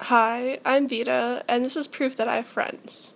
Hi, I'm Vita, and this is proof that I have friends.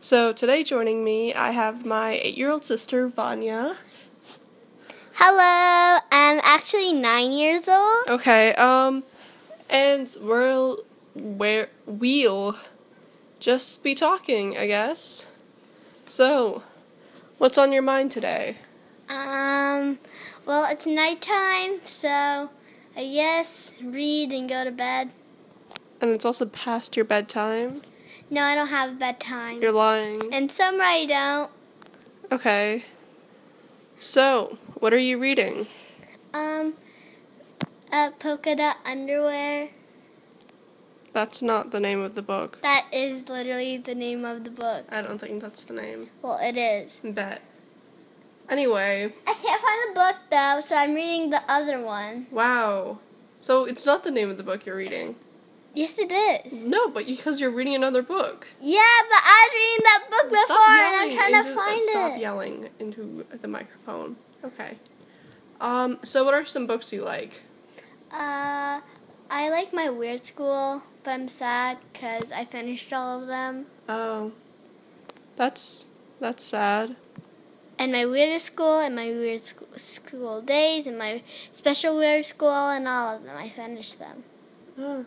So, today joining me, I have my eight year old sister, Vanya. Hello, I'm actually nine years old. Okay, um, and we'll, we're, we'll just be talking, I guess. So, what's on your mind today? Um, well, it's nighttime, so I guess read and go to bed. And it's also past your bedtime. No, I don't have a bedtime. You're lying. And summer I don't. Okay. So, what are you reading? Um, uh, polka dot underwear. That's not the name of the book. That is literally the name of the book. I don't think that's the name. Well, it is. Bet. Anyway, I can't find the book though, so I'm reading the other one. wow. So it's not the name of the book you're reading. Yes, it is. No, but because you're reading another book. Yeah, but I was reading that book before, and I'm trying into- to and find uh, Stop it. yelling into the microphone. Okay. Um. So what are some books you like? Uh, I like my weird school, but I'm sad because I finished all of them. Oh, that's that's sad. And my weird school, and my weird sc- school days, and my special weird school, and all of them. I finished them. Huh.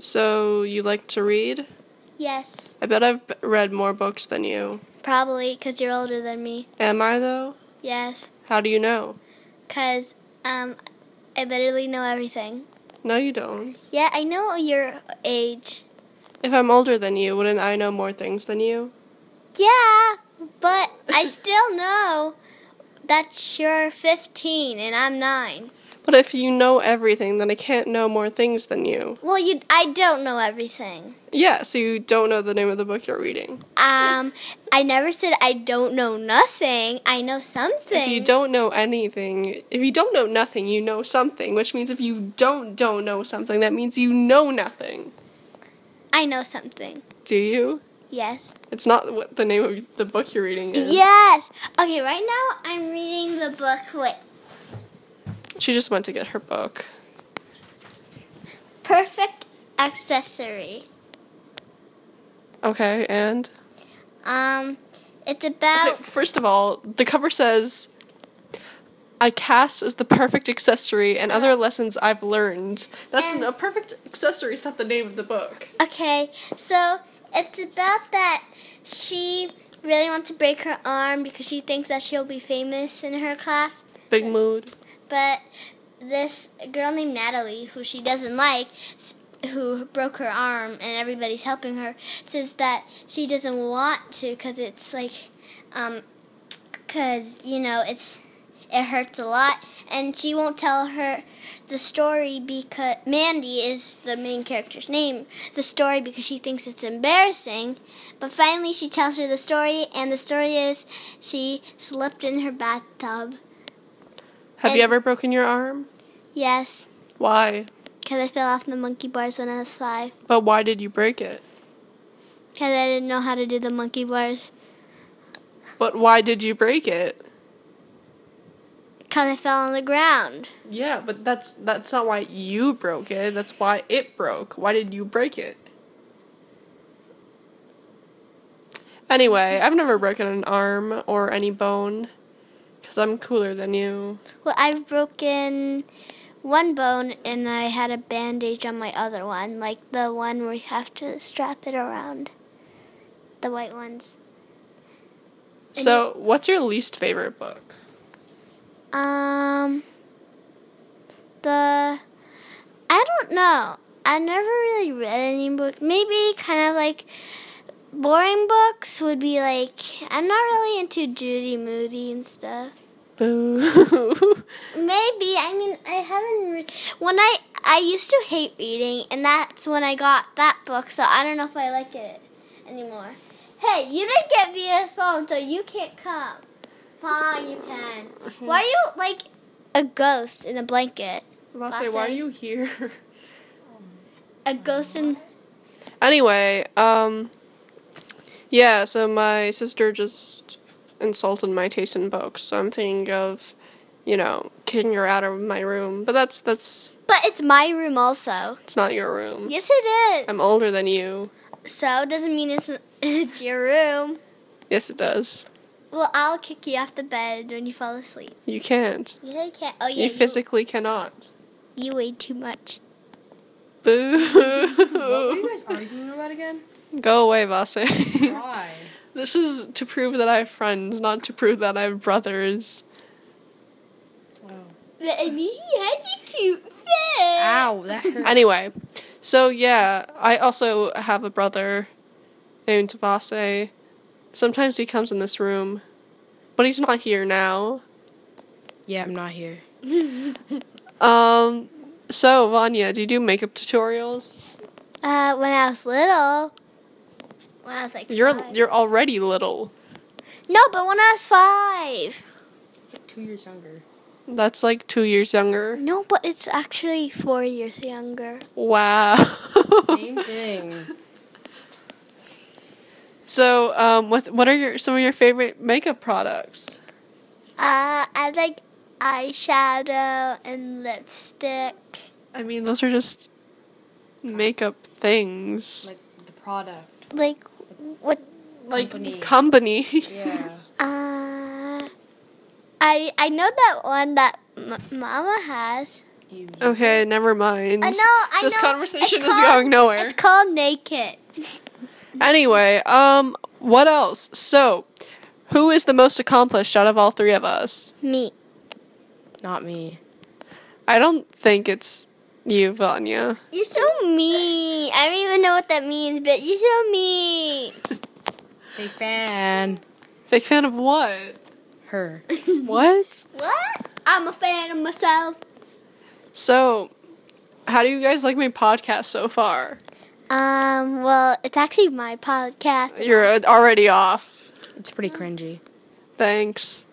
So you like to read? Yes, I bet I've b- read more books than you. probably because you're older than me. Am I though? Yes, How do you know? because um, I literally know everything. No, you don't. Yeah, I know your age. If I'm older than you, wouldn't I know more things than you? Yeah, but I still know that you're 15 and I'm nine. But if you know everything, then I can't know more things than you. Well, you, I don't know everything. Yeah, so you don't know the name of the book you're reading. Um, I never said I don't know nothing. I know If something. you don't know anything, if you don't know nothing, you know something, which means if you don't don't know something, that means you know nothing. I know something. Do you? Yes. It's not what the name of the book you're reading is. Yes. Okay, right now I'm reading the book. Wait. She just went to get her book. Perfect accessory. Okay, and Um, it's about Okay, first of all, the cover says I cast is the perfect accessory and other lessons I've learned. That's And- a perfect accessory is not the name of the book. Okay, so it's about that she really wants to break her arm because she thinks that she'll be famous in her class. Big mood. but this girl named Natalie, who she doesn't like, s- who broke her arm and everybody's helping her, says that she doesn't want to because it's like, um, because you know it's it hurts a lot, and she won't tell her the story because Mandy is the main character's name. The story because she thinks it's embarrassing, but finally she tells her the story, and the story is she slipped in her bathtub. Have you And- ever broken your arm? Yes. Why? Because I fell off the monkey bars when I was five. But why did you break it? Because I didn't know how to do the monkey bars. But why did you break it? Because I fell on the ground. Yeah, but that's that's not why you broke it. That's why it broke. Why did you break it? Anyway, I've never broken an arm or any bone cuz I'm cooler than you. Well, I've broken one bone and I had a bandage on my other one, like the one where you have to strap it around. The white ones. And So, what's your least favorite book? Um. The. I don't know. I never really read any book. Maybe kind of like boring books would be like. I'm not really into Judy Moody and stuff. Boo. Maybe. I mean, I haven't. Re- when I. I used to hate reading, and that's when I got that book, so I don't know if I like it anymore. Hey, you didn't get me a phone, so you can't come. Fine, you can. Why are you like a ghost in a blanket? Vase, why are Vase. you here? A ghost in. Anyway, um yeah, so my sister just insulted my taste in books, so I'm thinking of, you know, kicking her out of my room. But that's that's But it's my room also. It's not your room. Yes, it is. I'm older than you. So it doesn't mean it's it's your room. Yes, it does. Well, I'll kick you off the bed when you fall asleep. You can't. Yeah, you can't. Oh, yeah. You physically cannot. You weigh too much. What were you Boo. guys arguing about again? Go away, Vase. Why? this is to prove that I have friends, not to prove that I have brothers. Oh. But I mean, he had a cute face. Ow, that hurt. Anyway, so yeah, I also have a brother named Vase. Sometimes he comes in this room, but he's not here now. yeah, I'm not here. Um, so Vanya, do you do makeup tutorials? Uh, when I was little. When I was like You're five. you're already little. no, but when I was five. It's like two years younger. That's like two years younger. No, but it's actually four years younger. Wow. Same thing. so, um, what what are your some of your favorite makeup products? Uh, I like eyeshadow and lipstick. I mean, those are just makeup things. like the product. Like, what? Like company. company. Yeah. Uh, I I know that one that m- Mama has. Do you Okay, never mind. I know. I this know. conversation is It's called- going nowhere. It's called Naked. Anyway, um, what else? So, who is the most accomplished out of all three of us? Me. Not me. I don't think it's you, Vanya. You're so mean. I don't even know what that means, but you're so mean. Big fan. Big fan of what? Her. What? What? I'm a fan of myself. So, how do you guys like my podcast so far? Um. Well, it's actually my podcast. You're uh, already off. It's pretty cringy. Thanks.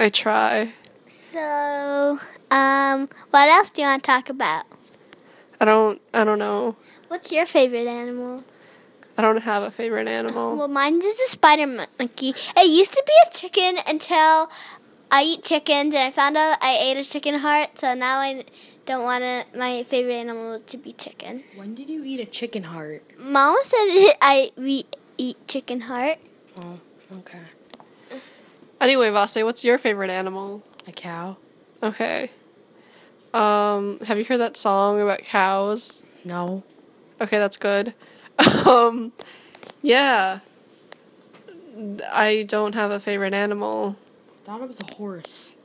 I try. So, um, what else do you want to talk about? I don't. I don't know. What's your favorite animal? I don't have a favorite animal. Well, mine is a spider mon- monkey. It used to be a chicken until I eat chickens, and I found out I ate a chicken heart. So now I don't want to, my favorite animal to be chicken. When did you eat a chicken heart? Mama said I we eat chicken heart. Oh, okay. Anyway, Vase, what's your favorite animal? A cow? Okay. Um, have you heard that song about cows? No. Okay, that's good. Um, yeah. I don't have a favorite animal. Thought it was a horse.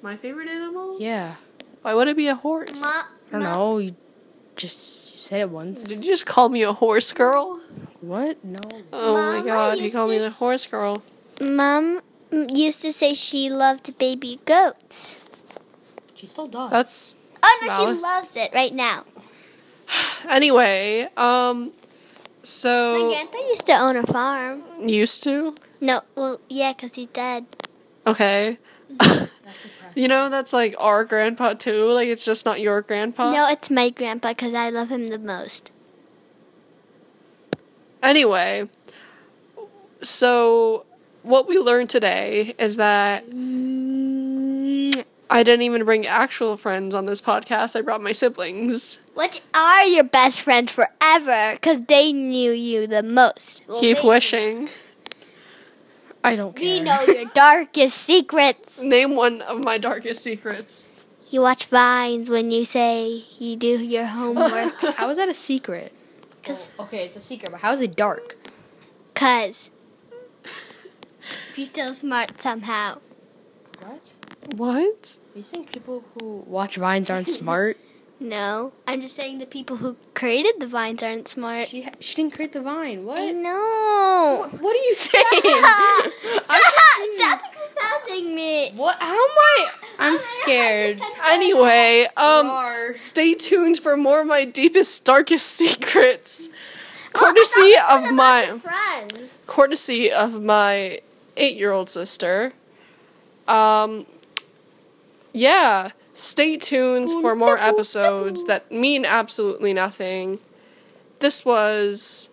My favorite animal? Yeah. Why would it be a horse? I don't know. You just you said it once. Did you just call me a horse girl? What? No. Oh Mama my god, you used called me to a s- horse girl. Mom used to say she loved baby goats. She still does. That's Oh no, she Valid. loves it right now. anyway, um My so grandpa used to own a farm. used to? No, well, yeah, 'cause he's dead. Okay. Mm-hmm. you know that's like our grandpa too, like it's just not your grandpa. No, it's my grandpa 'cause I love him the most. Anyway, so what we learned today is that I didn't even bring actual friends on this podcast. I brought my siblings. Which are your best friends forever, 'cause they knew you the most. Well, Keep they- wishing. I don't care. We know your darkest secrets. Name one of my darkest secrets. You watch vines when you say you do your homework. How is that a secret? 'Cause- Well, okay, it's a secret, but how is it dark? 'Cause she's still smart somehow. What? What? Are you saying people who watch vines aren't smart? No, I'm just saying the people who created the vines aren't smart. she ha- she didn't create the vine. I What? know. What are you saying? Stop confounding me. what? How am I? I'm scared. Anyway, um, Are. stay tuned for more of my deepest, darkest secrets. Oh, Courtesy of my friends. courtesy of my eight-year-old sister. Um, yeah, stay tuned for more episodes that mean absolutely nothing. This was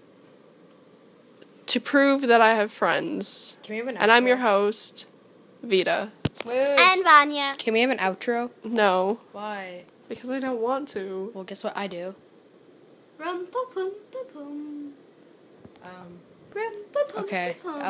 to prove that I have friends, Can we have an? and I'm outro? your host, Vita. Wait, wait, wait. And Vanya. Can we have an outro? No. Why? because I don't want to. Well, guess what I do? Rum pum pum pum pum. Um, Rum pum pum. okay. pum. I'll